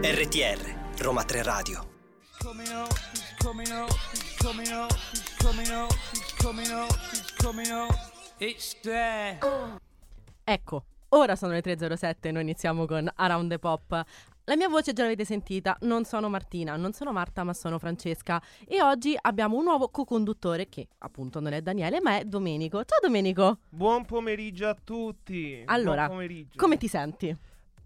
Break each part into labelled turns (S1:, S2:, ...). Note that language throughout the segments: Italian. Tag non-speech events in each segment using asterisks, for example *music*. S1: RTR, Roma 3 Radio.
S2: coming up, he's coming up, he's coming up, he's coming up, he's coming up, he's coming up. It's there.
S3: Ecco, ora sono le 3.07 noi iniziamo con Around the Pop. La mia voce già l'avete sentita, non sono Martina, non sono Marta, ma sono Francesca. E oggi abbiamo un nuovo co-conduttore che appunto non è Daniele, ma è Domenico. Ciao Domenico,
S4: Buon pomeriggio a tutti.
S3: Allora,
S4: Buon pomeriggio.
S3: come ti senti?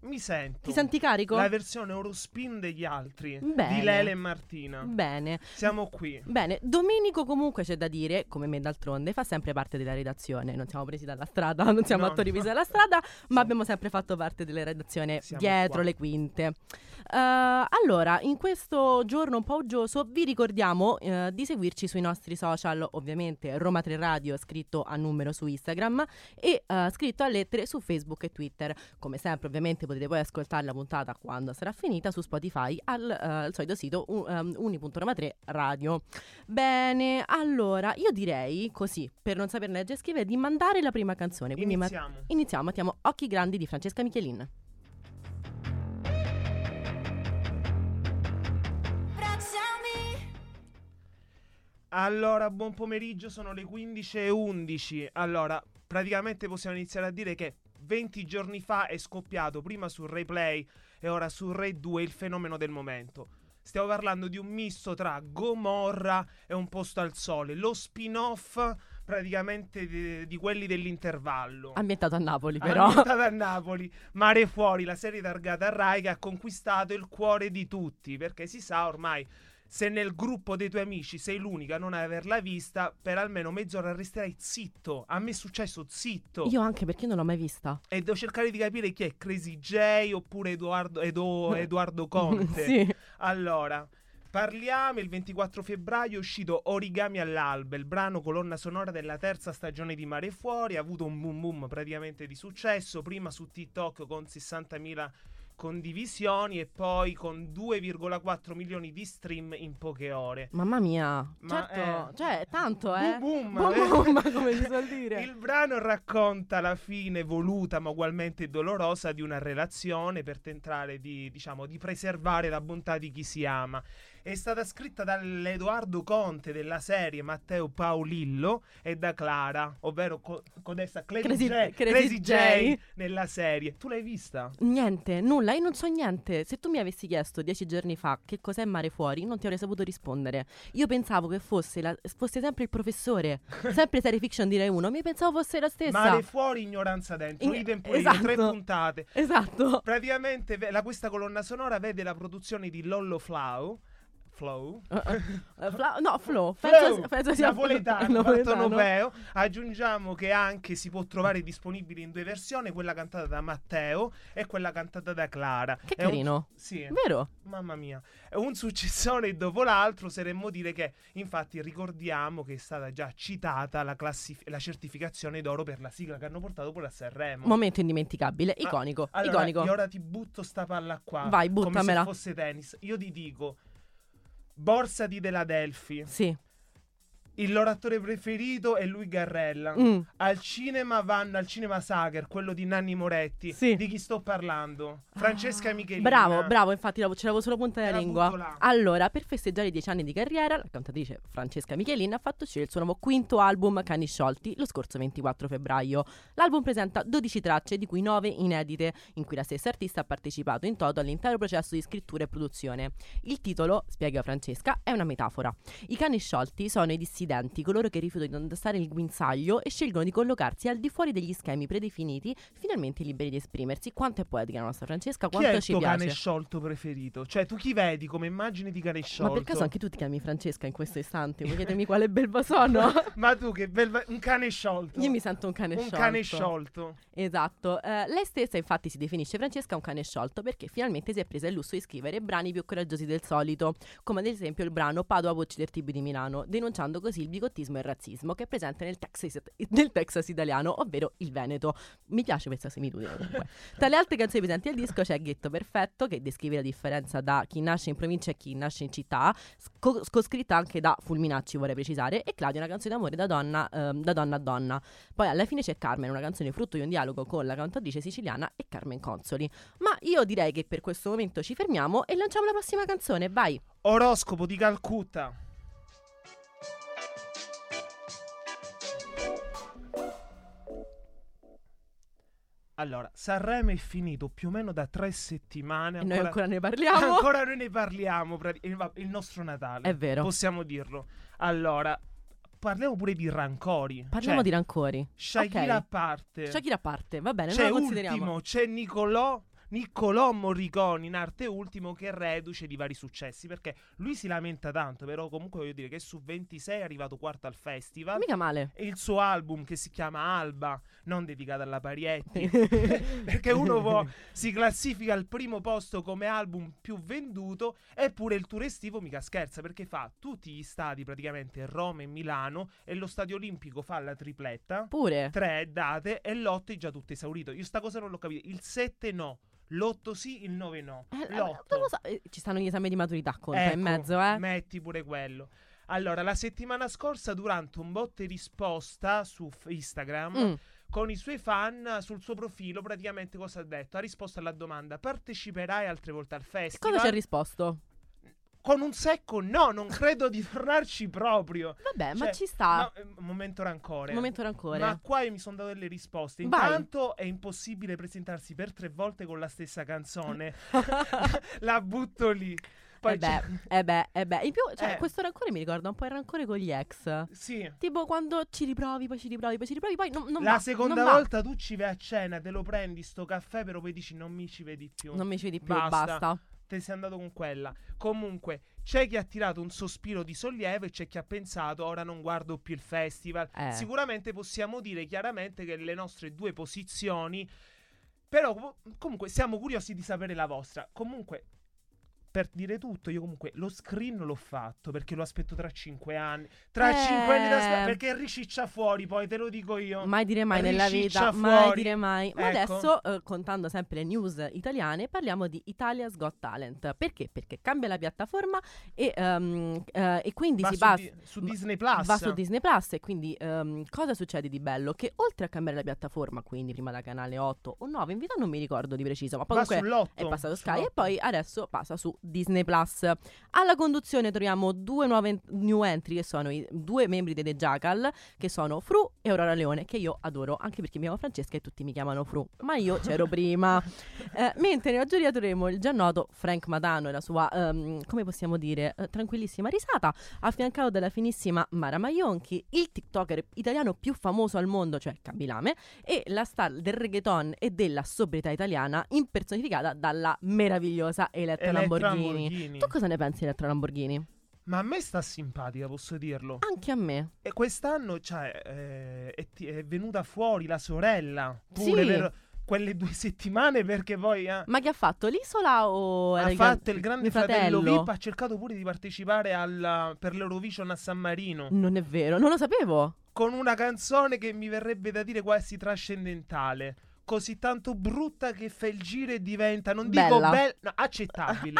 S4: mi sento?
S3: Ti senti carico?
S4: La versione Eurospin degli altri
S3: Bene.
S4: di Lele e Martina.
S3: Bene.
S4: Siamo qui.
S3: Bene, Domenico comunque c'è da dire, come me d'altronde, fa sempre parte della redazione. Non siamo presi dalla strada, *laughs* non siamo
S4: No,
S3: attori
S4: no.
S3: presi dalla strada, ma
S4: Siamo-
S3: abbiamo sempre fatto parte della redazione
S4: Siamo
S3: dietro
S4: qua.
S3: le quinte. Eh, allora, in questo giorno un po' uggioso, vi ricordiamo eh, di seguirci sui nostri social, ovviamente Roma 3 Radio scritto a numero su Instagram e eh, scritto a lettere su Facebook e Twitter. Come sempre, ovviamente potete poi ascoltare la puntata quando sarà finita su Spotify al, eh, al solito sito u- ehm, uni.roma 3 Radio. Bene, allora io direi così, per non saper leggere e scrivere, di mandare la prima canzone. Quindi ma-
S4: Iniziamo.
S3: iniziamo, mettiamo Occhi Grandi di Francesca Michelin.
S4: Allora, buon pomeriggio, sono le 15.11. Allora, praticamente possiamo iniziare a dire che 20 giorni fa è scoppiato prima su Rai Play e ora su Rai 2 il fenomeno del momento. Stiamo parlando di un misto tra Gomorra e Un posto al sole, lo spin-off praticamente di, di quelli dell'intervallo.
S3: Ambientato a Napoli
S4: Ah,
S3: però.
S4: Ambientata a Napoli, Mare Fuori, la serie targata a Rai che ha conquistato il cuore di tutti, perché si sa ormai se nel gruppo dei tuoi amici sei l'unica a non averla vista, per almeno mezz'ora resterai zitto. A me è successo zitto.
S3: Io anche perché non l'ho mai vista.
S4: E devo cercare di capire chi è Crazy J oppure Edoardo,
S3: *laughs*
S4: Edo- Edoardo Conte.
S3: sì.
S4: Allora, parliamo. Il 24 febbraio è uscito Origami all'alba, il brano colonna sonora della terza stagione di Mare Fuori. Ha avuto un boom boom praticamente di successo. Prima su TikTok con 60.000 condivisioni e poi con 2,4 milioni di stream in poche ore.
S3: Mamma mia.
S4: Ma,
S3: certo,
S4: eh,
S3: cioè tanto eh.
S4: Boom boom,
S3: Boom,
S4: eh.
S3: boom,
S4: *laughs*
S3: come si suol dire.
S4: Il brano racconta la fine voluta ma ugualmente dolorosa di una relazione per tentare di, diciamo, di preservare la bontà di chi si ama. È stata scritta dall'Edoardo Conte della serie Matteo Paolillo e da Clara, ovvero co- codesta Crazy,
S3: Crazy-
S4: J,
S3: Crazy
S4: Crazy
S3: J.
S4: J nella serie. Tu l'hai vista?
S3: Niente, nulla, io non so niente. Se tu mi avessi chiesto dieci giorni fa che cos'è mare fuori, non ti avrei saputo rispondere. Io pensavo che fosse, la- fosse sempre il
S4: *laughs*
S3: professore, sempre serie fiction direi uno, mi pensavo fosse la stessa.
S4: Mare fuori, ignoranza dentro.
S3: In-
S4: In...
S3: *laughs*
S4: pulito, tre
S3: esatto.
S4: puntate. *laughs*
S3: Esatto.
S4: Praticamente ve- la- questa colonna sonora vede la produzione di Lollo Flau. Flow?
S3: Eh, Fla- no, Flo, penso,
S4: Flow,
S3: penso sia
S4: napoletano,
S3: esatto. *laughs* napoletano.
S4: partonoveo. Aggiungiamo che anche si può trovare disponibile in due versioni, quella cantata da Matteo e quella cantata da Clara.
S3: Che
S4: È un-
S3: carino.
S4: sì,
S3: Vero?
S4: mamma mia. È un successone dopo l'altro, saremmo dire che infatti ricordiamo che è stata già citata la, classif- la certificazione d'oro per la sigla che hanno portato pure a Sanremo.
S3: Momento indimenticabile,
S4: Mm. Ah,
S3: iconico,
S4: Allora,
S3: iconico.
S4: io ora ti butto sta palla qua.
S3: Vai,
S4: Come
S3: buttamela.
S4: se fosse tennis. Io ti dico, borsa di Deladelphi.
S3: Sì.
S4: Il loro attore preferito è lui Garrella.
S3: Mm.
S4: Al cinema vanno al cinema Sager, quello di Nanni Moretti.
S3: Sì.
S4: Di chi sto parlando? Francesca
S3: Ah.
S4: Michelini.
S3: Bravo, bravo, infatti l'avevo- ce l'avevo sulla punta della
S4: Te la butto
S3: lingua. Ah,
S4: là.
S3: Allora, per festeggiare i dieci anni di carriera, la cantatrice Francesca Michelin ha fatto uscire il suo nuovo quinto album Cani Sciolti lo scorso 24 febbraio. L'album presenta 12 tracce, di cui 9 inedite, in cui la stessa artista ha partecipato in toto all'intero processo di scrittura e produzione. Il titolo, spiega Francesca, è una metafora. I cani sciolti sono i dissidenti, coloro che rifiutano di indossare il guinzaglio e scelgono di collocarsi al di fuori degli schemi predefiniti, finalmente liberi di esprimersi. Quanto è poetica la nostra Francesca,
S4: Chi è
S3: quanto
S4: il
S3: ci
S4: tuo cane
S3: piace.
S4: sciolto preferito? Cioè, tu chi vedi come immagine di cane
S3: Ma
S4: sciolto?
S3: per caso anche tu ti chiami Francesca in questo istante? Vuoi chiedermi quale belva sono?
S4: *laughs* Ma tu che bel... va- Un cane sciolto.
S3: Io mi sento un cane
S4: Un
S3: sciolto.
S4: cane sciolto.
S3: Esatto, Eh, lei stessa infatti si definisce Francesca un cane sciolto perché finalmente si è presa il lusso di scrivere brani più coraggiosi del solito, come ad esempio il brano Padova può ucciderti B di Milano, denunciando così così il bigottismo e il razzismo che è presente nel Texas, nel Texas italiano, ovvero il Veneto. Mi piace questa similitudine comunque. Tra le altre canzoni presenti al disco c'è Ghetto Perfetto che descrive la differenza da chi nasce in provincia e chi nasce in città, sco- scoscritta anche da Fulminacci vorrei precisare, e Claudia una canzone d'amore da donna, ehm, da donna a donna. Poi alla fine c'è Carmen, una canzone frutto di un dialogo con la cantatrice siciliana e Carmen Consoli. Ma io direi che per questo momento ci fermiamo e lanciamo la prossima canzone, vai!
S4: Oroscopo di Calcutta. Allora, Sanremo è finito più o meno da tre settimane.
S3: E noi ancora ne
S4: *laughs*
S3: parliamo.
S4: Ancora noi ne parliamo. pra- Il, va- il nostro Natale.
S3: È vero.
S4: Possiamo dirlo. Allora, parliamo pure di rancori.
S3: Parliamo
S4: Cioè,
S3: di rancori.
S4: Shakira a
S3: Ok.
S4: parte.
S3: Shakira a parte, va bene, noi
S4: C'è
S3: la consideriamo.
S4: ultimo, c'è Nicolò. Niccolò Morricone in arte ultimo che è reduce di vari successi perché lui si lamenta tanto però comunque voglio dire che su 26 è arrivato quarto al festival
S3: Mica male.
S4: e il suo album che si chiama Alba non dedicato alla Parietti perché uno può- si classifica al primo posto come album più venduto eppure il tour estivo mica scherza perché fa tutti gli stadi praticamente Roma e Milano e lo stadio olimpico fa la tripletta
S3: Pure.
S4: tre date e l'8 è già tutto esaurito. Io sta cosa non l'ho capita. Il 7 no, l'8 sì, il 9 no.
S3: Eh, eh,
S4: L'8.
S3: non lo so, eh, Ci stanno gli esami di maturità, conta in
S4: Ecco,
S3: mezzo, eh.
S4: Metti pure quello. Allora, la settimana scorsa durante un botte risposta su f- Instagram
S3: Mm.
S4: con i suoi fan sul suo profilo, praticamente cosa ha detto? Ha risposto alla domanda: "Parteciperai altre volte al festival?"
S3: Cosa ci ha risposto?
S4: con un secco no, non credo di *laughs* tornarci proprio.
S3: Vabbè, ma
S4: Cioè,
S3: ci sta.
S4: Ma, eh, momento rancore.
S3: Ah. Momento rancore.
S4: Ma qua io mi sono dato delle risposte.
S3: Vai.
S4: Intanto è impossibile presentarsi per tre volte con la
S3: *laughs*
S4: stessa canzone. *laughs* la butto lì. Poi
S3: eh beh, eh beh, eh beh. In più, cioè,
S4: Eh.
S3: questo rancore mi ricorda un po' il rancore con gli ex.
S4: c'è- Sì.
S3: Tipo quando ci riprovi, poi ci riprovi, poi ci riprovi, poi non, non
S4: la
S3: va,
S4: seconda
S3: non va.
S4: volta tu ci vai a cena, te lo prendi sto caffè, però poi dici non mi ci vedi più.
S3: Non mi ci vedi più,
S4: Basta.
S3: basta.
S4: Te sei andato con quella. Comunque, c'è chi ha tirato un sospiro di sollievo e c'è chi ha pensato ora non guardo più il festival.
S3: Eh.
S4: Sicuramente possiamo dire chiaramente che le nostre due posizioni. Però com- comunque siamo curiosi di sapere la vostra. Comunque. Per dire tutto, io comunque lo screen l'ho fatto perché lo aspetto tra 5 anni. Tra
S3: Eh.
S4: 5 anni da aspe- perché riciccia fuori, poi te lo dico io.
S3: Mai dire mai nella
S4: Riciccia
S3: vita, mai
S4: fuori.
S3: dire mai. Ma
S4: Ecco.
S3: adesso, eh, contando sempre le news italiane, parliamo di Italia's Got Talent. Perché? Perché cambia la piattaforma e, ehm, eh, e quindi
S4: Va
S3: si
S4: su,
S3: basa...
S4: Di- su Disney Plus.
S3: Va su Disney Plus e quindi ehm, cosa succede di bello? Che oltre a cambiare la piattaforma, quindi prima da canale 8 o 9, in vita non mi ricordo di preciso, ma
S4: Va
S3: comunque
S4: sull'otto,
S3: è passato Sky
S4: sull'otto.
S3: e poi adesso passa su Disney Plus. Alla conduzione troviamo due nuove en- new entry che sono i due membri dei The Jackal che sono Fru e Aurora Leone che io adoro anche perché mi chiamo Francesca e tutti mi chiamano Fru, ma io c'ero prima. Eh, mentre nella giuria troveremo il già noto Frank Matano e la sua, ehm, come possiamo dire, eh, tranquillissima risata, affiancato dalla finissima Mara Maionchi, il TikToker italiano più famoso al mondo, cioè Cabilame, e la star del reggaeton e della sobrietà italiana, impersonificata dalla meravigliosa Eletta
S4: Elettra
S3: Lamborghini.
S4: Lamborghini.
S3: Tu cosa ne pensi, Elettra Lamborghini?
S4: Ma a me sta simpatica, posso dirlo.
S3: Anche a me.
S4: E quest'anno cioè, eh, è, ti- è venuta fuori la sorella pure
S3: Sì.
S4: per quelle due settimane perché poi eh,
S3: Ma che ha fatto? L'isola o... era
S4: ha
S3: il gran-
S4: fatto il grande
S3: il
S4: fratello.
S3: fratello?
S4: VIP, ha cercato pure di partecipare alla- per l'Eurovision a San Marino
S3: Non è vero, non lo sapevo.
S4: con una canzone che mi verrebbe da dire quasi trascendentale. Così tanto brutta che fa il giro e diventa, non dico
S3: Bella.
S4: bella, no, accettabile.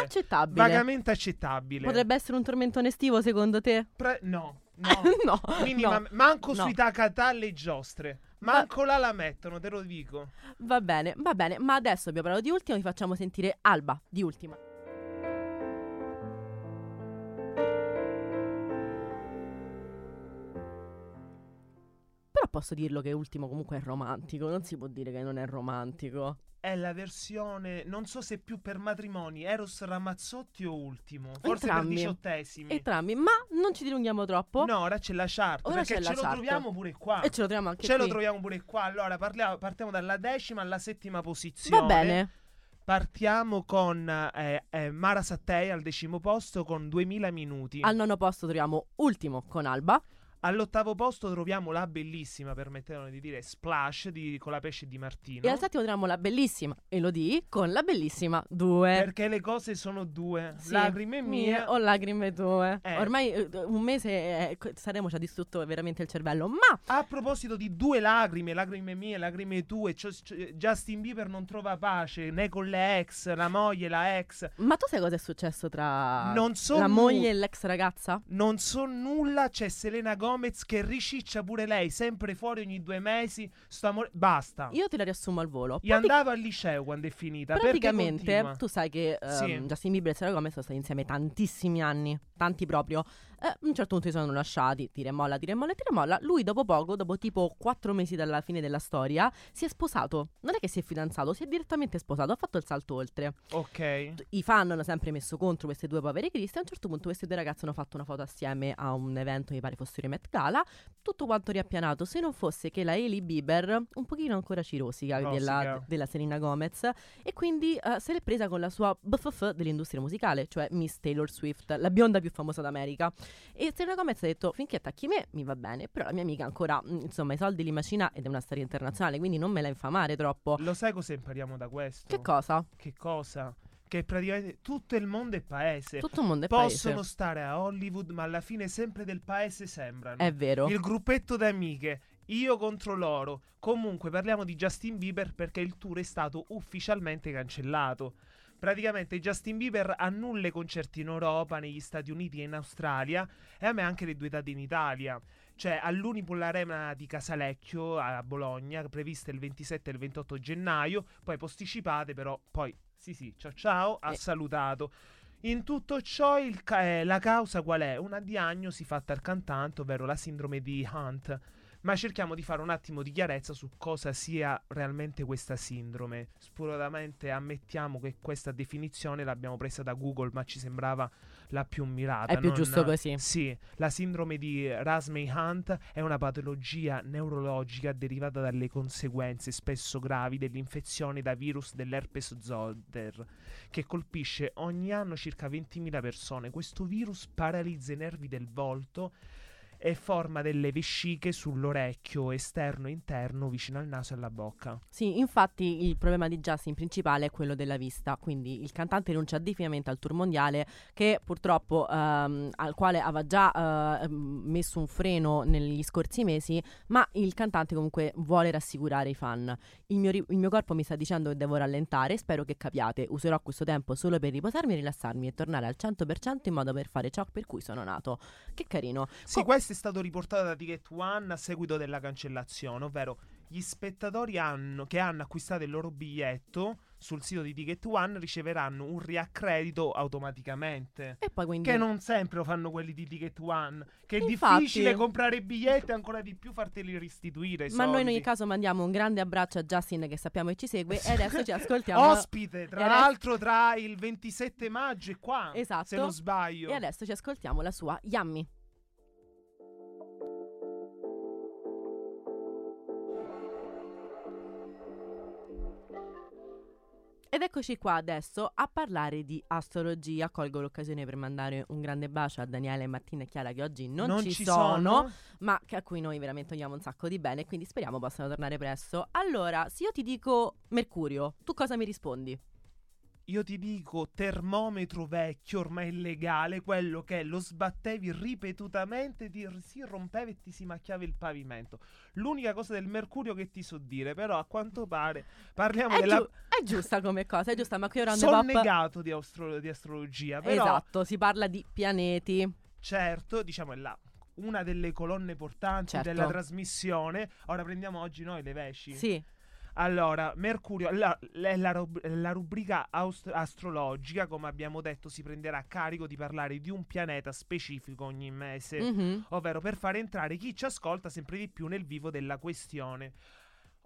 S3: *laughs* Accettabile.
S4: Vagamente accettabile.
S3: Potrebbe essere un tormentone estivo secondo te?
S4: Pre- no, no.
S3: *laughs* no,
S4: Minima-
S3: no.
S4: manco
S3: no.
S4: sui tacatalle e giostre. Manco là la mettono, te lo dico.
S3: Va bene, va bene, ma adesso abbiamo parlato di ultimo, vi facciamo sentire Alba di ultima. Però posso dirlo che ultimo comunque è romantico, non si può dire che non è romantico.
S4: È la versione, non so se più per matrimoni, Eros Ramazzotti o ultimo. Forse
S3: Entrambi.
S4: per diciottesimi.
S3: Entrambi, ma non ci dilunghiamo troppo.
S4: Mm. No, ora c'è la chart.
S3: Ora
S4: perché
S3: c'è
S4: ce
S3: la
S4: lo
S3: chart.
S4: troviamo pure qua.
S3: E ce lo troviamo anche
S4: Ce lo
S3: qui.
S4: troviamo pure qua. Allora, parliamo- partiamo dalla decima alla settima posizione.
S3: Va bene.
S4: Partiamo con eh, eh, Mara Sattei al decimo posto con 2000 minuti.
S3: Al nono posto troviamo ultimo con Alba.
S4: All'ottavo posto troviamo la bellissima, permettetemi di dire, Splash di Colapesce e Di Martino.
S3: E al settimo troviamo la bellissima Elodie con la bellissima 2.
S4: Perché le cose sono due,
S3: Eh. Sì,
S4: lacrime mie.
S3: o lacrime tue.
S4: Eh.
S3: Ormai eh, un mese eh, saremo ci ha distrutto veramente il cervello. Ma
S4: A proposito di due lacrime, lacrime mie, lacrime tue, cioè, cioè, Justin Bieber non trova pace né con le ex, la moglie, la ex.
S3: Ma tu sai cosa è successo tra
S4: Non so
S3: la
S4: nu-
S3: moglie e l'ex ragazza?
S4: Non so nulla, c'è Selena Gomez che riciccia pure lei, sempre fuori ogni due mesi. Sto amore... Basta.
S3: Io te la riassumo al volo.
S4: Gli andava al liceo quando è finita. perché
S3: Praticamente,
S4: continua?
S3: tu sai che ehm,
S4: Sì.
S3: Justin Bieber e Selena Gomez sono stati insieme tantissimi anni, tanti proprio. Eh, a un certo punto si sono lasciati, tira e molla, tira e molla, tira e molla. Lui dopo poco, dopo tipo quattro mesi dalla fine della storia, si è sposato. Non è che si è fidanzato, si è direttamente sposato, ha fatto il salto oltre.
S4: Ok.
S3: i fan hanno sempre messo contro queste due povere criste. A un certo punto, queste due ragazze hanno fatto una foto assieme a un evento, mi pare fossero i Met Gala. Tutto quanto riappianato. Se non fosse che la Hailey Bieber, un pochino ancora ci rosica
S4: Rosica.
S3: della, della Selena Gomez, e quindi eh, se l'è presa con la sua BFF dell'industria musicale, cioè Miss Taylor Swift, la bionda più famosa d'America. E Selena Gomez ha detto: Finché attacchi me, mi va bene, però la mia amica ancora, mm, insomma, i soldi li macina ed è una storia internazionale, quindi non me la infamare troppo.
S4: Lo sai cosa impariamo da questo?
S3: Che cosa?
S4: Che cosa? Che praticamente tutto il mondo è paese.
S3: Tutto il mondo è
S4: Possono
S3: paese.
S4: stare a Hollywood, ma alla fine sempre del paese sembrano.
S3: È vero.
S4: Il gruppetto d'amiche. Io contro loro. Comunque parliamo di Justin Bieber perché il tour è stato ufficialmente cancellato. Praticamente Justin Bieber ha nulle concerti in Europa, negli Stati Uniti e in Australia e a me anche le due date in Italia. Cioè all'Unipol Arena di Casalecchio a Bologna, previste il 27 e il 28 gennaio, poi posticipate però, poi sì sì, ciao ciao, ha
S3: Eh.
S4: salutato. In tutto ciò il ca- eh, la causa qual è? Una diagnosi fatta al cantante, ovvero la sindrome di Hunt. Ma cerchiamo di fare un attimo di chiarezza su cosa sia realmente questa sindrome. Spuratamente ammettiamo che questa definizione l'abbiamo presa da Google, ma ci sembrava la più mirata.
S3: È più
S4: non-
S3: giusto così.
S4: Sì, la sindrome di Rasmey Hunt è una patologia neurologica derivata dalle conseguenze spesso gravi dell'infezione da virus dell'herpes zoster che colpisce ogni anno circa 20.000 persone. Questo virus paralizza i nervi del volto e forma delle vesciche sull'orecchio esterno e interno vicino al naso e alla bocca.
S3: Sì, infatti il problema di Justin principale è quello della vista, quindi il cantante rinuncia definitivamente al tour mondiale che purtroppo ehm, al quale aveva già ehm, messo un freno negli scorsi mesi, ma il cantante comunque vuole rassicurare i fan. Il mio, ri- il mio corpo mi sta dicendo che devo rallentare, spero che capiate, userò questo tempo solo per riposarmi, rilassarmi e tornare al 100% in modo per fare ciò per cui sono nato. Che carino. Oh,
S4: Sì,
S3: Co-
S4: questo è stato riportato da Ticket One a seguito della cancellazione, ovvero gli spettatori hanno- che hanno acquistato il loro biglietto sul sito di Ticket One riceveranno un riaccredito automaticamente.
S3: E poi quindi...
S4: Che non sempre lo fanno quelli di Ticket One. Che è
S3: Mm. Infatti.
S4: difficile comprare i biglietti e ancora di più farteli restituire. i
S3: Ma noi in
S4: soldi.
S3: ogni caso mandiamo un grande abbraccio a Justin che sappiamo che ci segue *laughs* e adesso
S4: *laughs*
S3: ci ascoltiamo.
S4: Ospite, tra
S3: e adesso-
S4: l'altro, tra il 27 maggio e qua.
S3: Esatto.
S4: Se non sbaglio.
S3: E adesso ci ascoltiamo la sua Yummy. Ed eccoci qua adesso a parlare di astrologia. Colgo l'occasione per mandare un grande bacio a Daniele, Martina e Chiara che oggi non, ci, sono, ma che- a cui noi veramente vogliamo un sacco di bene, quindi speriamo possano tornare presto. Allora, se io ti dico Mercurio, tu cosa mi rispondi?
S4: Io ti dico, termometro vecchio, ormai illegale, quello che lo sbattevi ripetutamente, ti r- si rompeva e ti si macchiava il pavimento. L'unica cosa del mercurio che ti so dire, però a quanto pare parliamo
S3: È,
S4: della...
S3: giu- è giusta come cosa, è giusta, ma qui ora
S4: Sono
S3: Pop...
S4: negato di, astro- di astrologia, però
S3: Esatto, si parla di pianeti.
S4: certo, diciamo è là. Una delle colonne portanti
S3: Certo.
S4: della trasmissione. Ora prendiamo oggi noi le vesci.
S3: Sì.
S4: Allora, Mercurio, la, la- la rub- la rubrica aust- astrologica, come abbiamo detto, si prenderà a carico di parlare di un pianeta specifico ogni mese,
S3: Mhm.
S4: ovvero per far entrare chi ci ascolta sempre di più nel vivo della questione.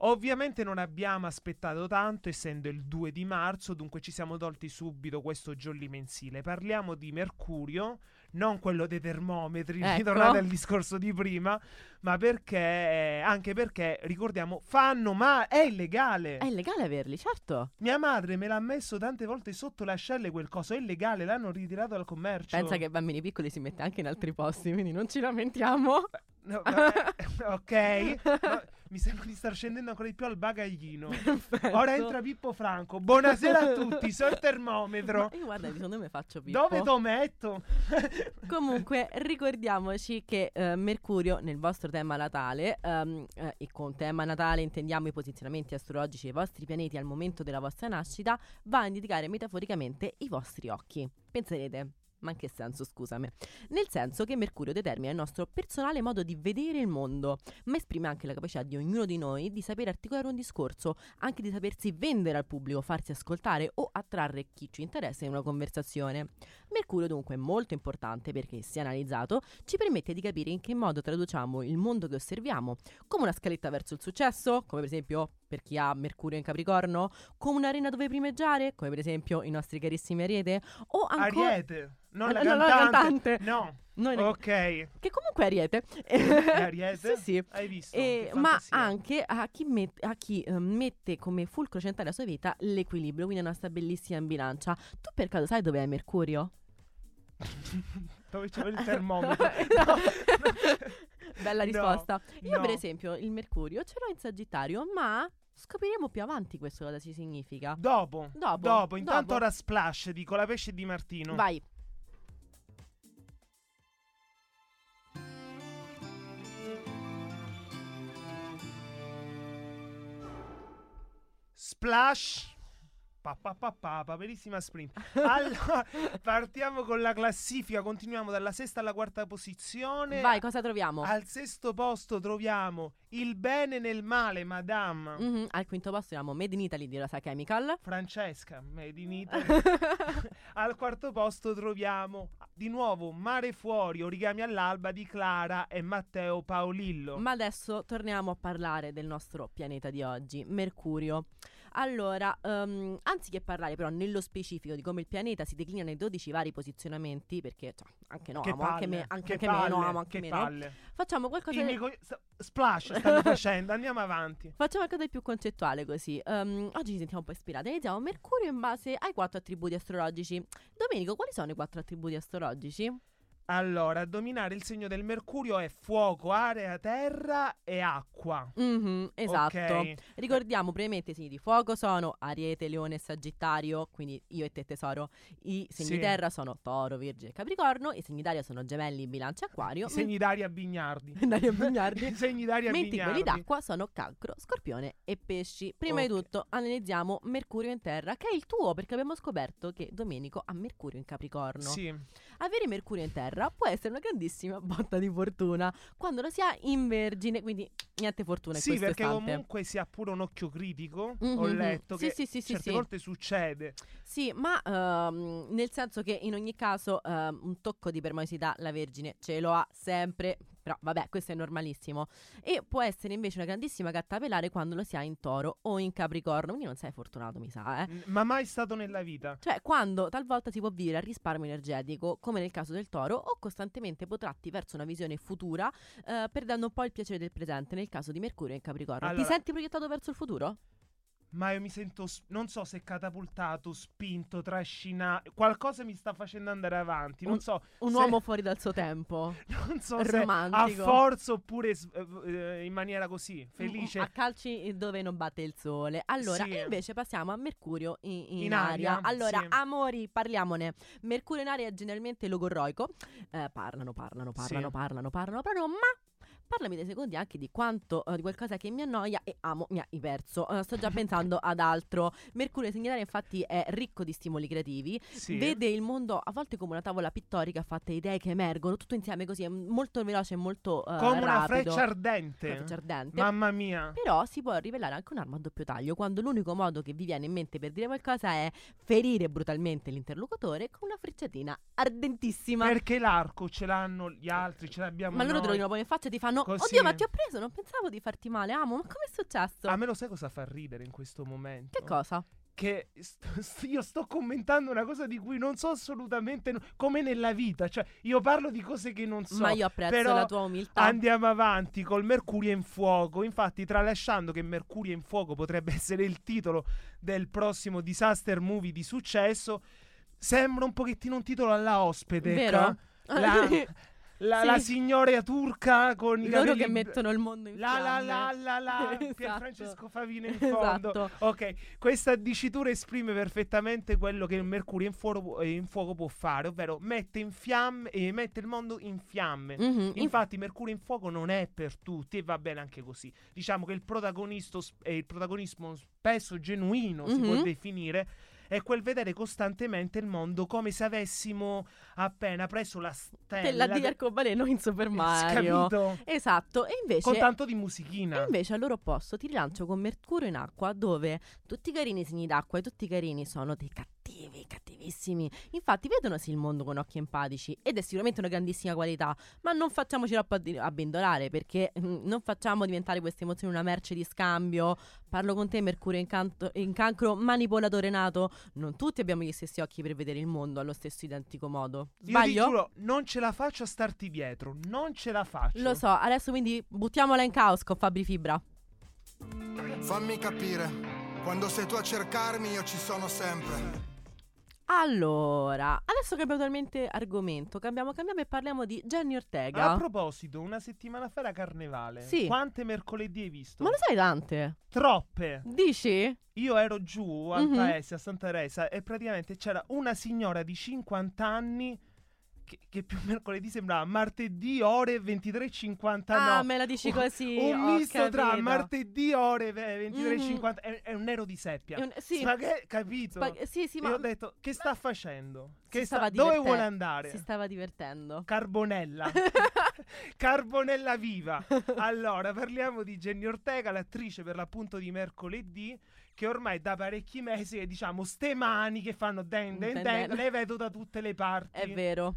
S4: Ovviamente non abbiamo aspettato tanto, essendo il 2 di marzo, dunque ci siamo tolti subito questo jolly mensile. Parliamo di Mercurio non quello dei termometri, *laughs*
S3: Ecco.
S4: ritornate al discorso di prima, ma perché, anche perché, ricordiamo, fanno male, è illegale.
S3: È illegale averli, certo.
S4: Mia madre me l'ha messo tante volte sotto le ascelle quel coso, è illegale, l'hanno ritirato dal commercio.
S3: Pensa che bambini piccoli si mette anche in altri posti, quindi non ci lamentiamo. *laughs*
S4: No, vabbè, *laughs* ok, ma mi sembra di star scendendo ancora di più al bagaglino.
S3: Perfetto.
S4: Ora entra Pippo Franco. Buonasera a
S3: *laughs*
S4: tutti, sono il termometro.
S3: Ma io guarda, secondo me faccio Pippo.
S4: Dove lo metto?
S3: *laughs* Comunque ricordiamoci che eh, Mercurio nel vostro tema natale, ehm, eh, e con tema natale intendiamo i posizionamenti astrologici dei vostri pianeti al momento della vostra nascita, va a indicare metaforicamente i vostri occhi. Penserete, ma in che senso scusami? Nel senso che Mercurio determina il nostro personale modo di vedere il mondo, ma esprime anche la capacità di ognuno di noi di sapere articolare un discorso, anche di sapersi vendere al pubblico, farsi ascoltare o attrarre chi ci interessa in una conversazione. Mercurio dunque è molto importante perché, se analizzato, ci permette di capire in che modo traduciamo il mondo che osserviamo, come una scaletta verso il successo, come per esempio per chi ha Mercurio in Capricorno, come un'arena dove primeggiare, come per esempio i nostri carissimi Ariete, o ancora...
S4: Ariete, non la
S3: No, no, la
S4: cantante.
S3: cantante.
S4: No,
S3: Noi le- *laughs*
S4: ok.
S3: Che comunque è Ariete. *laughs*
S4: Ariete?
S3: Sì, sì.
S4: Hai visto?
S3: E-
S4: Che
S3: ma
S4: fantasia.
S3: anche a chi, met- a chi, eh, mette come fulcro centrale della sua vita l'equilibrio, quindi è una sta bellissima bilancia. Tu per caso sai dove è
S4: *laughs*
S3: Mercurio?
S4: Dove c'è il termometro?
S3: *laughs* No. Bella
S4: No,
S3: risposta. Io
S4: no.
S3: per esempio il Mercurio ce l'ho in Sagittario, ma scopriremo più avanti questo cosa ci significa.
S4: *laughs* Dopo.
S3: Dopo,
S4: Intanto
S3: dopo.
S4: ora splash di Colapesce e di Martino.
S3: Vai.
S4: Splash. Pa, pa, pa, pa, paperissima sprint.
S3: *laughs*
S4: Allora, partiamo con la classifica. Continuiamo dalla sesta alla quarta posizione.
S3: Vai, cosa troviamo?
S4: Al sesto posto troviamo il bene nel male, madame.
S3: Mhm, al quinto posto abbiamo Made in Italy di Rosa Chemical.
S4: Francesca, made in Italy.
S3: *laughs*
S4: Al quarto posto troviamo di nuovo Mare Fuori, Origami all'alba di Clara e Matteo Paolillo.
S3: Ma adesso torniamo a parlare del nostro pianeta di oggi, Mercurio. Allora, ehm, anziché parlare però nello specifico di come il pianeta si declina nei 12 vari posizionamenti, perché cioè, anche no,
S4: che
S3: amo
S4: palle,
S3: anche, me- anche,
S4: che
S3: anche
S4: palle,
S3: meno, amo anche
S4: che
S3: meno.
S4: palle.
S3: Facciamo qualcosa
S4: Il
S3: di...
S4: mio co- sta- splash
S3: *laughs*
S4: stanno facendo, andiamo avanti.
S3: Facciamo qualcosa di più concettuale così. Ehm, oggi ci sentiamo un po' ispirati. Iniziamo Mercurio in base ai quattro attributi astrologici. Domenico, quali sono i quattro attributi astrologici?
S4: Allora, a dominare il segno del mercurio è fuoco, aria, terra e acqua.
S3: Mhm, esatto.
S4: Ok.
S3: Ricordiamo brevemente i segni di fuoco sono Ariete, Leone e Sagittario, quindi io e te tesoro. I segni
S4: Sì.
S3: di terra sono Toro, Virgine e Capricorno, i segni d'aria sono Gemelli, Bilancia e Acquario.
S4: I segni d'aria a
S3: men-
S4: Bignardi.
S3: *laughs* d'aria e
S4: I
S3: Bignardi.
S4: *laughs* segni d'aria a
S3: Mentre quelli
S4: Bignardi.
S3: d'acqua sono cancro, scorpione e pesci. Prima di
S4: Ok.
S3: tutto analizziamo Mercurio in terra, che è il tuo, perché abbiamo scoperto che Domenico ha Mercurio in Capricorno.
S4: Sì.
S3: Avere Mercurio in terra può essere una grandissima botta di fortuna quando lo si ha in Vergine, quindi niente fortuna in
S4: Sì,
S3: questo
S4: perché
S3: istante.
S4: comunque si ha pure un occhio critico. Ho
S3: Mhm,
S4: letto
S3: sì,
S4: che
S3: sì, sì, sì,
S4: certe
S3: sì.
S4: volte succede.
S3: Sì, ma ehm, nel senso che in ogni caso ehm, un tocco di permoesità la Vergine ce lo ha sempre, però vabbè, questo è normalissimo. E può essere invece una grandissima cattapelare quando lo si ha in toro o in capricorno, quindi non sei fortunato, mi sa, eh.
S4: N- Ma mai stato nella vita.
S3: Cioè, quando talvolta si può vivere al risparmio energetico, come nel caso del toro, o costantemente potratti verso una visione futura, eh, perdendo un po' il piacere del presente, nel caso di Mercurio in Capricorno.
S4: Allora-
S3: Ti senti proiettato verso il futuro?
S4: Ma io mi sento, s- non so se catapultato, spinto, trascinato. Qualcosa mi sta facendo andare avanti. Non
S3: Un-
S4: so,
S3: Un
S4: se-
S3: uomo fuori dal suo tempo.
S4: *laughs* non so se a
S3: romantico.
S4: forza oppure s- eh, eh, in maniera così, felice.
S3: A calci eh, dove non batte il sole. Allora,
S4: Sì.
S3: e invece passiamo a Mercurio in, in
S4: In
S3: aria.
S4: aria,
S3: Allora,
S4: sì.
S3: amori, parliamone. Mercurio in aria è generalmente logorroico. Eh, parlano, parlano, parlano,
S4: Sì.
S3: parlano, parlano, parlano, ma. Parlami dei secondi anche di quanto, eh, di qualcosa che mi annoia e amo, mi hai perso. Eh, sto già pensando ad altro. Mercurio in segnalare infatti è ricco di stimoli creativi,
S4: Sì.
S3: vede il mondo a volte come una tavola pittorica fatta di idee che emergono, tutto insieme così, è molto veloce e molto eh,
S4: Come una
S3: rapido.
S4: freccia ardente.
S3: Una freccia ardente. Eh,
S4: Mamma mia.
S3: Però si può rivelare anche un'arma a doppio taglio quando l'unico modo che vi viene in mente per dire qualcosa è ferire brutalmente l'interlocutore con una frecciatina ardentissima.
S4: Perché l'arco ce l'hanno gli altri, ce l'abbiamo
S3: ma loro te lo
S4: noi.
S3: dicono poi in faccia e ti fanno:
S4: Così.
S3: Oddio, ma ti ho preso, non pensavo di farti male, amo, ma com'è successo?
S4: A me lo sai cosa fa ridere in questo momento?
S3: che cosa?
S4: che st- st- io sto commentando una cosa di cui non so assolutamente nu- come nella vita, cioè io parlo di cose che non so.
S3: Ma io apprezzo
S4: però
S3: la tua umiltà.
S4: Andiamo avanti col Mercurio in fuoco. Infatti, tralasciando che Mercurio in fuoco potrebbe *laughs* essere il titolo del prossimo disaster movie di successo, sembra un pochettino un titolo alla ospite. ecco,
S3: Vero? *laughs*
S4: La, la,
S3: Sì.
S4: la signora turca con i
S3: Loro
S4: capelli
S3: che
S4: bl-
S3: mettono il mondo in
S4: la la
S3: fiamme. *laughs*
S4: la la la
S3: Esatto.
S4: Pierfrancesco Favino in fondo.
S3: Esatto.
S4: Ok, questa dicitura esprime perfettamente quello che il mercurio in fuoco, eh, in fuoco può fare, ovvero mette in fiamme e mette il mondo in fiamme.
S3: Mhm, inf-
S4: Infatti Mercurio in fuoco non è per tutti e va bene anche così. Diciamo che il, protagonisto sp- eh, il protagonismo spesso genuino si può
S3: Mhm.
S4: definire è quel vedere costantemente il mondo come se avessimo appena preso la stella
S3: Stella di arcobaleno in Super Mario.
S4: Capito?
S3: Esatto, e invece
S4: Con tanto di
S3: E
S4: musichina.
S3: invece al loro posto ti rilancio con Mercurio in acqua dove tutti i carini segni d'acqua e tutti i carini sono dei cattivi, cattivissimi. Infatti vedono sì il mondo con occhi empatici ed è sicuramente una grandissima qualità, ma non facciamoci troppo addi- abbindolare perché mm, non facciamo diventare queste emozioni una merce di scambio. Parlo con te Mercurio in, canto- in cancro, manipolatore nato. Non tutti abbiamo gli stessi occhi per vedere il mondo allo stesso identico modo. Sbaglio?
S4: Io ti giuro, non ce la faccio a starti dietro. Non ce la faccio.
S3: Lo so, adesso quindi buttiamola in caos con Fabri Fibra.
S5: Fammi capire. Quando sei tu a cercarmi, io ci sono sempre.
S3: Allora, adesso cambiamo totalmente argomento, cambiamo, cambiamo e parliamo di Jenny Ortega.
S4: A proposito, una settimana fa era carnevale.
S3: Sì.
S4: Quante mercoledì hai visto?
S3: Ma lo sai tante?
S4: Troppe.
S3: Dici?
S4: Io ero giù al
S3: Mhm.
S4: paese a Santa Teresa e praticamente c'era una signora di 50 anni che, che più mercoledì sembrava martedì ore 23.59.
S3: Ah, me la dici così.
S4: Un
S3: ho
S4: misto tra
S3: capito. Mm.
S4: martedì ore ve- 23.50 e e un nero di seppia.
S3: È un- sì.
S4: Ma che capito?
S3: Spa- sì, sì,
S4: E
S3: ma
S4: ho detto che sta facendo? Che
S3: si
S4: sta-
S3: stava
S4: dove
S3: divertendo.
S4: vuole andare?
S3: Si stava divertendo. *laughs*
S4: Carbonella. Carbonella viva. Allora, parliamo di Jenny Ortega, l'attrice per l'appunto di mercoledì, che ormai da parecchi mesi è, diciamo, ste mani che fanno den den
S3: Den,
S4: den,
S3: den.
S4: le vedo da tutte le parti.
S3: È vero.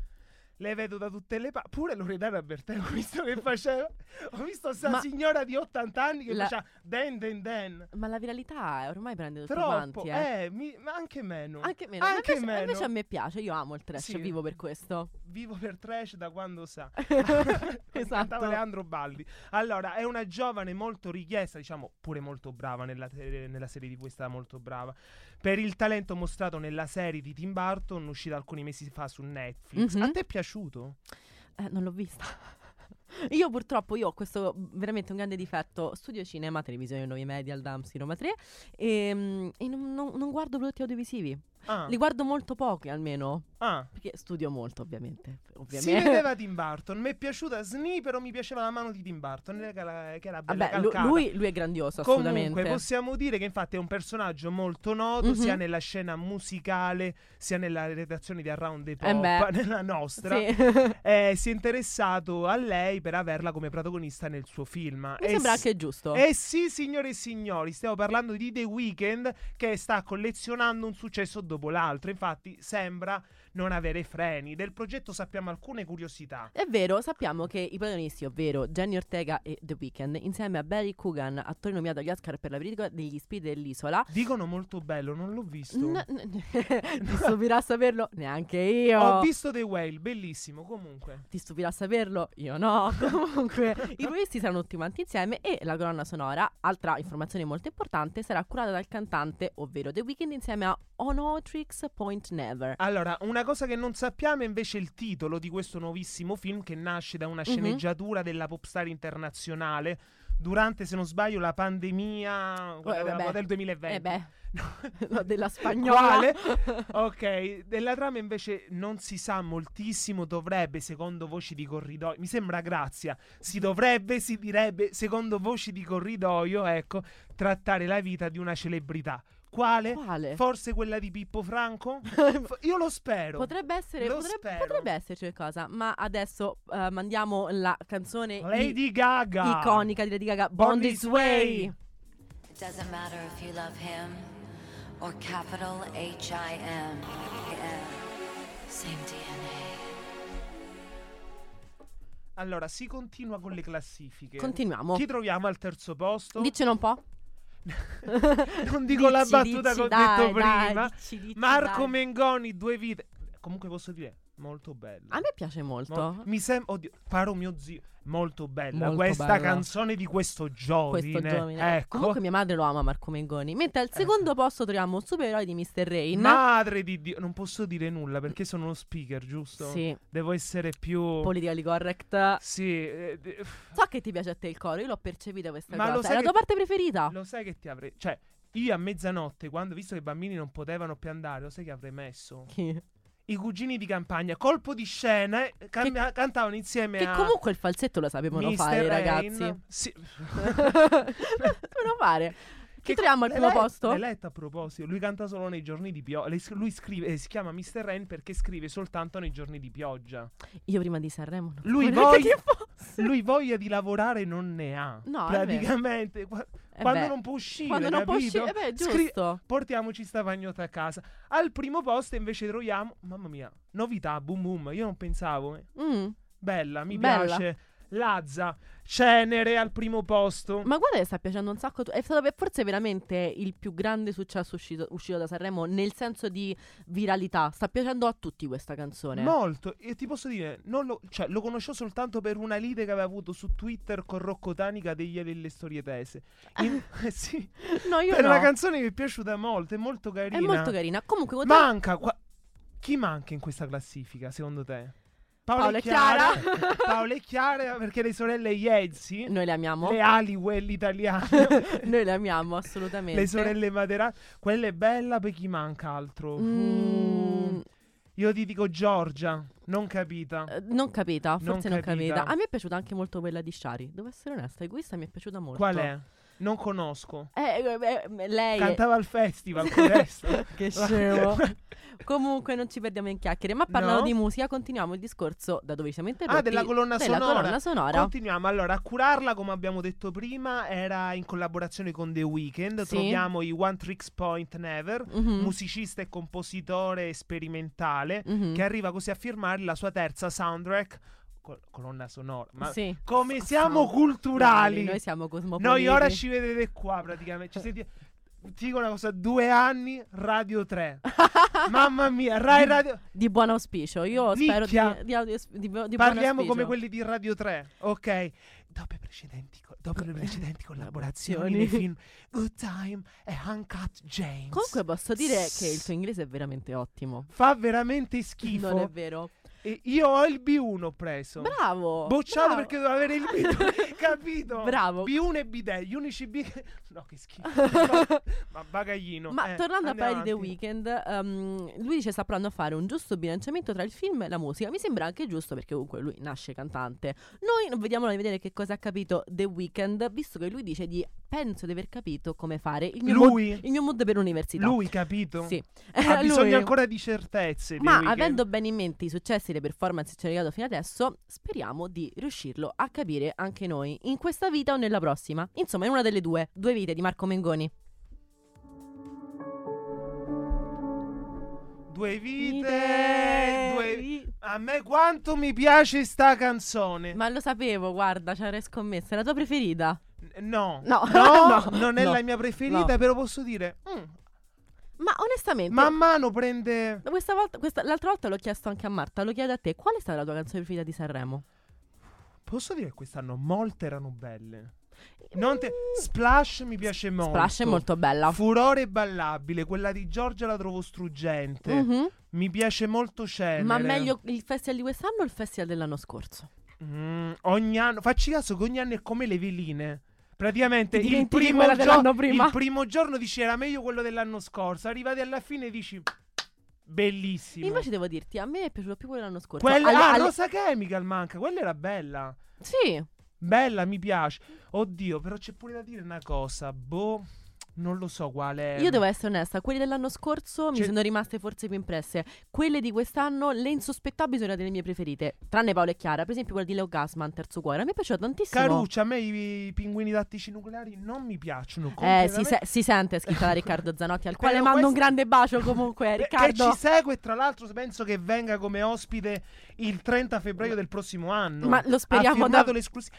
S4: Le vedo da tutte le parti. Pure Loredana Bertè, *laughs* ho visto che faceva. Ho visto sta
S3: Ma-
S4: signora di 80 anni che
S3: La-
S4: faceva den den den.
S3: Ma la viralità eh, ormai prende tutti
S4: Troppo,
S3: quanti, eh.
S4: eh, mi- ma anche meno.
S3: Anche meno. Ma
S4: Anche
S3: invece,
S4: meno.
S3: invece a me piace, io amo il trash,
S4: Sì.
S3: vivo per questo.
S4: Vivo per trash da quando sa.
S3: *laughs* Esatto.
S4: Cantava Leandro Baldi. Allora, è una giovane molto richiesta, diciamo pure molto brava nella, te- nella serie di questa molto brava, per il talento mostrato nella serie di Tim Burton uscita alcuni mesi fa su Netflix.
S3: Mhm.
S4: A te è piaciuto?
S3: Eh, non l'ho vista. *laughs* Io purtroppo io ho questo veramente un grande difetto, studio cinema, televisione, nuovi media, al DAMS di Roma 3 e, mm, e non, non- non guardo prodotti audiovisivi,
S4: Ah,
S3: li guardo molto pochi almeno,
S4: ah.
S3: perché studio molto ovviamente.
S4: Si
S3: ovviamente.
S4: vedeva Tim Burton, mi è piaciuta Sni, però mi piaceva la mano di Tim Burton, eh, che era, che era bella
S3: Vabbè, lu-
S4: calcata.
S3: lui, lui è grandioso assolutamente.
S4: Comunque possiamo dire che infatti è un personaggio molto noto
S3: Mhm.
S4: sia nella scena musicale sia nella redazione di Around the Pop, *laughs*
S3: Eh beh.
S4: nella nostra.
S3: Sì.
S4: *laughs* Eh, si è interessato a lei per averla come protagonista nel suo film.
S3: Mi
S4: Eh
S3: sembra
S4: sì-
S3: anche giusto.
S4: Eh sì, signore e signori, stiamo parlando di The Weeknd che sta collezionando un successo dopo l'altro. Infatti sembra non avere freni. Del progetto sappiamo alcune curiosità.
S3: È vero, sappiamo che i protagonisti, ovvero Jenny Ortega e The Weeknd, insieme a Barry Coogan, attore nominato agli Oscar per la pellicola degli spiriti dell'isola,
S4: Dicono molto bello, non l'ho visto.
S3: N- n- *laughs* ti stupirà saperlo? Neanche io.
S4: Ho visto The Whale, bellissimo comunque.
S3: Ti stupirà saperlo? Io no.
S4: *laughs*
S3: Comunque, i proiesti saranno tutti quanti insieme e la colonna sonora, altra informazione molto importante, sarà curata dal cantante, ovvero The Weeknd, insieme a Onotrix Point Never.
S4: Allora, una cosa che non sappiamo è invece il titolo di questo nuovissimo film che nasce da
S3: Mhm.
S4: una sceneggiatura della popstar internazionale durante, se non sbaglio, la pandemia quella-
S3: Eh, vabbè.
S4: quella del 2020.
S3: Eh beh, no, della spagnola.
S4: Quale? *laughs* ok, della trama invece non si sa moltissimo, dovrebbe, secondo voci di corridoio, mi sembra grazia, si dovrebbe, si direbbe, secondo voci di corridoio, ecco, trattare la vita di una celebrità. Quale?
S3: Quale?
S4: Forse quella di
S3: *laughs*
S4: Pippo Franco? F- Io lo
S3: *laughs*
S4: spero.
S3: Potrebbe, essere,
S4: Lo
S3: potrebbe,
S4: spero.
S3: potrebbe esserci qualcosa, ma adesso eh, mandiamo la canzone i-
S4: Lady Gaga.
S3: iconica di Lady Gaga,
S4: Born
S3: Bond This
S4: This Way.
S3: Way.
S6: It doesn't matter if you love him or capital H I M. Same DNA.
S4: Allora, si continua con le classifiche.
S3: Continuiamo.
S4: Ci troviamo al terzo posto.
S3: Diccene un po'.
S4: *laughs* non dico la
S3: Dici,
S4: battuta
S3: dici,
S4: che ho
S3: dai,
S4: detto
S3: dai,
S4: prima.
S3: dici, dici,
S4: Marco
S3: dai.
S4: Mengoni, due vite. Comunque posso dire, molto bello.
S3: A me piace molto.
S4: Mo- mi sembra, oddio, paro mio zio, molto bella
S3: Molto
S4: questa
S3: bella.
S4: canzone di questo giovine.
S3: questo giovane.
S4: Ecco. Eh,
S3: Comunque mia madre lo ama Marco Mengoni. Mentre al secondo posto troviamo un supereroe di Mr. Rain.
S4: Madre di Dio, non posso dire nulla perché sono uno speaker, giusto?
S3: Sì,
S4: Devo essere più...
S3: politically correct.
S4: sì, eh, de-
S3: So che ti piace a te il coro, io l'ho percepita questa
S4: Ma lo
S3: cosa. È
S4: sai
S3: la
S4: che-
S3: tua parte preferita.
S4: Lo sai che ti avrei. Cioè, io a mezzanotte, quando visto che i bambini non potevano più andare, lo sai che avrei messo?
S3: Chi?
S4: I cugini di campagna, colpo di scena, eh, cambia- cantavano insieme
S3: Che
S4: a.
S3: comunque il falsetto lo sapevano
S4: Mr.
S3: fare,
S4: Rain. *laughs*
S3: ragazzi.
S4: Sì.
S3: Sapevano fare. *laughs* Che, troviamo al
S4: l'hai
S3: primo
S4: let-
S3: posto?
S4: L'hai letto a proposito? Lui canta solo nei giorni di pioggia. Lui scrive, eh, si chiama Mr. Rain perché scrive soltanto nei giorni di pioggia.
S3: Io prima di Sanremo. non
S4: Lui
S3: vorrei
S4: voglia-
S3: *laughs* che fosse.
S4: Lui voglia di lavorare non ne ha.
S3: No, è vero.
S4: praticamente. qua-
S3: Eh
S4: quando
S3: beh,
S4: non può uscire,
S3: Quando non può
S4: capito?
S3: uscire, eh beh,
S4: Scri-
S3: giusto.
S4: Portiamoci sta vagnota a casa. Al primo posto invece troviamo, mamma mia, novità, boom boom, io non pensavo. eh.
S3: Mm.
S4: Bella, mi
S3: Bella.
S4: piace. Lazza, Cenere al primo posto.
S3: Ma guarda che sta piacendo un sacco. a tu- È stato per- forse veramente il più grande successo uscito, uscito da Sanremo nel senso di viralità. Sta piacendo a tutti questa canzone.
S4: Molto, e ti posso dire, non lo, cioè, lo conoscevo soltanto per una lite che aveva avuto su Twitter con Rocco Tanica degli Eli e le
S3: *laughs*
S4: storie tese. In- *laughs* sì,
S3: no, io
S4: per
S3: no.
S4: una canzone che mi è piaciuta molto, è molto carina.
S3: È molto carina. Comunque, guarda-
S4: Manca qua- chi manca in questa classifica, secondo te?
S3: Paola e *laughs* Chiara.
S4: Paola e Chiara perché le sorelle Iezzi,
S3: noi le amiamo.
S4: le Aliwe *laughs* l'italiana,
S3: Noi le amiamo assolutamente.
S4: le sorelle Materà, quella è bella per chi manca altro.
S3: Mm,
S4: Mm, Io ti dico Giorgia, non capita.
S3: eh, non capita,
S4: Non
S3: forse non capita.
S4: capita.
S3: A me è piaciuta anche molto quella di Shari. Devo essere onesta, e questa mi è piaciuta molto.
S4: Qual è? Non conosco.
S3: Eh, eh, eh, lei. è-
S4: Cantava al festival
S3: *laughs*
S4: *laughs* questo.
S3: che scemo. *laughs* Comunque non ci perdiamo in chiacchiere, ma parlando
S4: No.
S3: di musica continuiamo il discorso da dove ci siamo interrotti.
S4: Ah, della colonna
S3: della
S4: sonora.
S3: colonna sonora.
S4: Continuiamo. Allora, a curarla, come abbiamo detto prima, era in collaborazione con The Weeknd.
S3: Sì.
S4: Troviamo i One Tricks Point Never,
S3: Mhm.
S4: musicista e compositore sperimentale,
S3: Mhm.
S4: che arriva così a firmare la sua terza soundtrack, col- colonna sonora. Ma
S3: Sì.
S4: come
S3: Sa-
S4: siamo
S3: sa-
S4: culturali!
S3: Ah, Noi siamo cosmopoliti.
S4: Noi ora ci vedete qua praticamente. Ci senti- Ti dico una cosa, due anni,
S3: *laughs*
S4: Radio 3. Mamma mia, Rai Radio...
S3: Di buon auspicio. Io spero
S4: Nicchia.
S3: di, di, audio- di, di buon
S4: Parliamo
S3: auspicio.
S4: come quelli di Radio 3, ok? Dopo, i precedenti co- dopo
S3: Eh.
S4: le precedenti collaborazioni nei film Good Time e Uncut James.
S3: Comunque posso dire che il tuo inglese è veramente ottimo.
S4: Fa veramente schifo.
S3: Non è vero.
S4: E io ho il B1 preso.
S3: Bravo.
S4: Bocciato
S3: bravo.
S4: perché dovevo avere
S3: *laughs*
S4: il B2, capito?
S3: Bravo.
S4: B1 e B3, gli unici B... che- *laughs* No,
S3: *laughs*
S4: che schifo. Ma- Ma bagaglino.
S3: Ma
S4: Eh,
S3: tornando a
S4: andiamo
S3: parlare di The Weeknd,
S4: avanti.
S3: ehm, lui dice sta provando a fare un giusto bilanciamento tra il film e la musica. Mi sembra anche giusto perché comunque lui nasce cantante. Noi non vediamo l'ora di vedere che cosa ha capito The Weeknd, visto che lui dice di penso di aver capito come fare il mio,
S4: Lui?
S3: mod, il mio mod per l'università.
S4: Lui, capito?
S3: Sì.
S4: Ha
S3: *laughs* Lui.
S4: bisogno ancora di certezze. The
S3: Ma
S4: Weeknd.
S3: avendo bene in mente i successi e le performance che ci ha regalato fino adesso, speriamo di riuscirlo a capire anche noi, in questa vita o nella prossima. Insomma, in una delle due, due vite di Marco Mengoni.
S4: Due vite,
S3: Vite,
S4: due...
S3: vi-
S4: A me quanto mi piace sta canzone.
S3: Ma lo sapevo, guarda, ci avrei scommesso, è la tua preferita.
S4: N- No,
S3: No. *laughs* No,
S4: non è
S3: no,
S4: la mia preferita,
S3: no. Eh,
S4: però posso dire. mm,
S3: Ma onestamente,
S4: man mano prende.
S3: questa volta, questa- l'altra volta l'ho chiesto anche a Marta, lo chiedo a te, qual è stata la tua canzone preferita di Sanremo?
S4: Posso dire che quest'anno molte erano belle. Non te- Splash mi piace molto.
S3: Mm. Splash è molto bella.
S4: Furore ballabile, quella di Giorgia la trovo struggente.
S3: Mhm.
S4: Mi piace molto Cenere.
S3: Ma meglio il festival di quest'anno o il festival dell'anno scorso?
S4: Mm, ogni anno, facci caso che ogni anno è come le veline. Praticamente
S3: Ti
S4: il
S3: dimentichi
S4: primo,
S3: quella dell'anno
S4: il
S3: prima.
S4: primo giorno dici era meglio quello dell'anno scorso. Arrivati alla fine dici bellissimo.
S3: Invece devo dirti, a me è piaciuto più quello dell'anno scorso.
S4: quella
S3: Alle-
S4: ah,
S3: alle-
S4: Rosa Chemical manca, quella era bella.
S3: Sì,
S4: Bella, mi piace. Oddio, però c'è pure da dire una cosa. Boh, Non lo so quale.
S3: Io devo essere onesta, quelli dell'anno scorso mi
S4: Cioè-
S3: sono rimaste forse più impresse. Quelle di quest'anno, le insospettabili, sono delle mie preferite. Tranne Paolo e Chiara, per esempio quella di Leo Gassman, Terzo Cuore. A me è piaciuto tantissimo.
S4: Caruccia, a me i, i pinguini tattici nucleari non mi piacciono.
S3: Eh, si,
S4: completamente.
S3: se- si sente scritta da Riccardo Zanotti, al quale
S4: *laughs* Però
S3: mando un
S4: questo-
S3: grande bacio
S4: *laughs*
S3: comunque.
S4: Che-
S3: Riccardo,
S4: Che ci segue, tra l'altro, penso che venga come ospite il 30 febbraio del prossimo anno.
S3: Ma lo speriamo
S4: Ha firmato
S3: da- *laughs*
S4: l'esclusiva.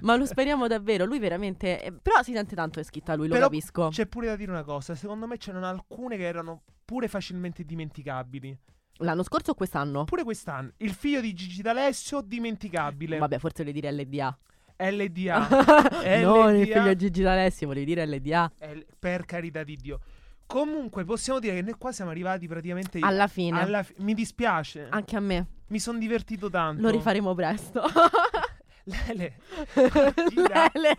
S3: ma lo speriamo davvero. Lui veramente. eh, Però si sente tanto che è scritta lui, lo
S4: Però
S3: capisco.
S4: C'è pure da dire una cosa. Secondo me c'erano alcune che erano pure facilmente dimenticabili.
S3: L'anno scorso o quest'anno?
S4: Pure quest'anno. Il figlio di Gigi D'Alessio, dimenticabile.
S3: Vabbè, forse volevi dire LDA. *laughs*
S4: LDA.
S3: non il
S4: LDA.
S3: figlio Gigi D'Alessio, volevi dire LDA.
S4: Eh, per carità di Dio. Comunque, possiamo dire che noi qua siamo arrivati praticamente.
S3: Alla fine.
S4: alla fi- mi dispiace.
S3: Anche a me.
S4: mi sono divertito tanto.
S3: Lo rifaremo
S4: *laughs*
S3: presto. *laughs*
S4: Lele. Gina,
S3: Lele.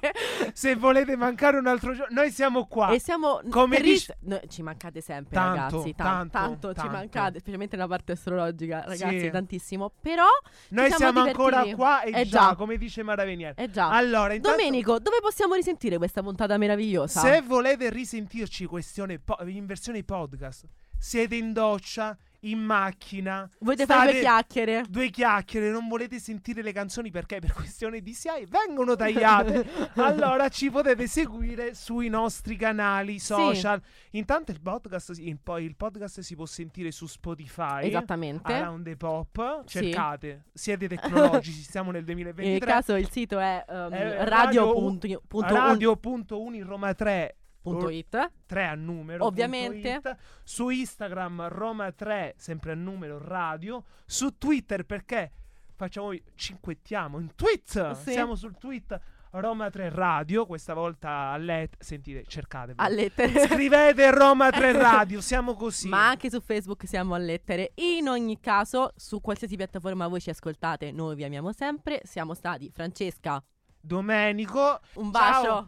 S4: Se volete mancare un altro giorno, noi siamo qua.
S3: E siamo
S4: Ah, Come
S3: terri-
S4: dici-
S3: no, ci mancate sempre,
S4: Tanto,
S3: ragazzi. Tan-
S4: tanto,
S3: ci
S4: tanto.
S3: mancate, specialmente nella parte astrologica, ragazzi,
S4: Sì.
S3: tantissimo. Però
S4: Noi
S3: ci
S4: siamo, ancora
S3: divertiti.
S4: qua e
S3: Eh
S4: già,
S3: già,
S4: come dice Mara Venier.
S3: eh già.
S4: Allora, intanto,
S3: Domenico, dove possiamo risentire questa puntata meravigliosa?
S4: se volete risentirci questione po- in versione podcast, siete in doccia, in macchina,
S3: Volete
S4: state-
S3: fare due chiacchiere?
S4: due chiacchiere, non volete sentire le canzoni perché per questione di SIAE vengono tagliate,
S3: *laughs*
S4: allora ci potete seguire sui nostri canali social. Intanto il podcast, si- in- poi il podcast si può sentire su Spotify.
S3: Esattamente.
S4: Around the Pop,
S3: Sì.
S4: cercate, siete tecnologici, siamo
S3: *laughs*
S4: nel 2023.
S3: Nel caso Eh, il sito è um,
S4: Eh,
S3: radio
S4: radio-
S3: punto- punto un-
S4: radio.uniroma3
S3: punto it.
S4: 3 a numero
S3: Ovviamente.
S4: punto it. su Instagram Roma 3 sempre a numero radio su Twitter perché facciamo cinquettiamo in tweet
S3: Sì.
S4: siamo sul tweet Roma 3 radio questa volta a let sentite cercate
S3: a lettere.
S4: scrivete
S3: *laughs*
S4: Roma 3 radio siamo così
S3: Ma anche su Facebook siamo a lettere. In ogni caso, su qualsiasi piattaforma voi ci ascoltate, noi vi amiamo sempre. Siamo stati Francesca.
S4: Domenico
S3: Un
S4: Ciao.
S3: bacio.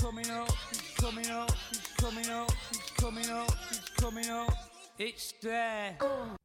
S2: coming up, he's coming up, he's coming up, he's coming up, he's coming up, he's coming up. It's there.